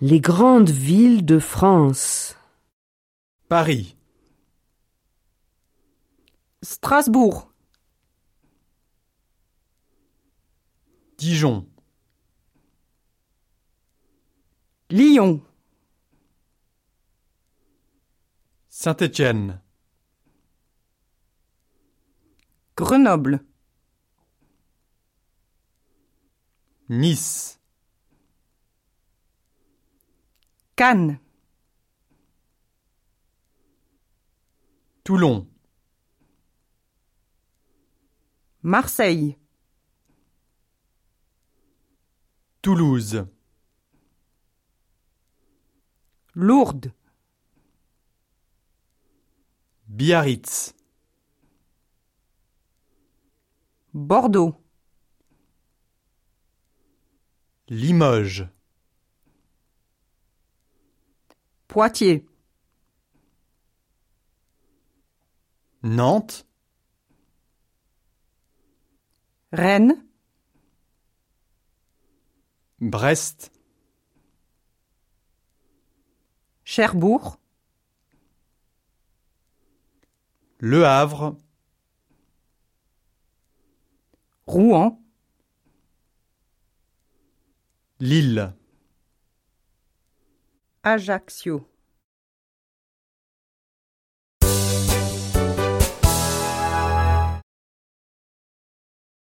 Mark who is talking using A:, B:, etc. A: Les grandes villes de France.
B: Paris,
C: Strasbourg,
B: Dijon,
C: Lyon,
B: Saint-Étienne,
C: Grenoble,
B: Nice,
C: Cannes,
B: Toulon,
C: Marseille,
B: Toulouse,
C: Lourdes,
B: Biarritz,
C: Bordeaux,
B: Limoges,
C: Poitiers,
B: Nantes,
C: Rennes,
B: Brest,
C: Cherbourg,
B: Le Havre,
C: Rouen,
B: Lille.
C: Ajaccio.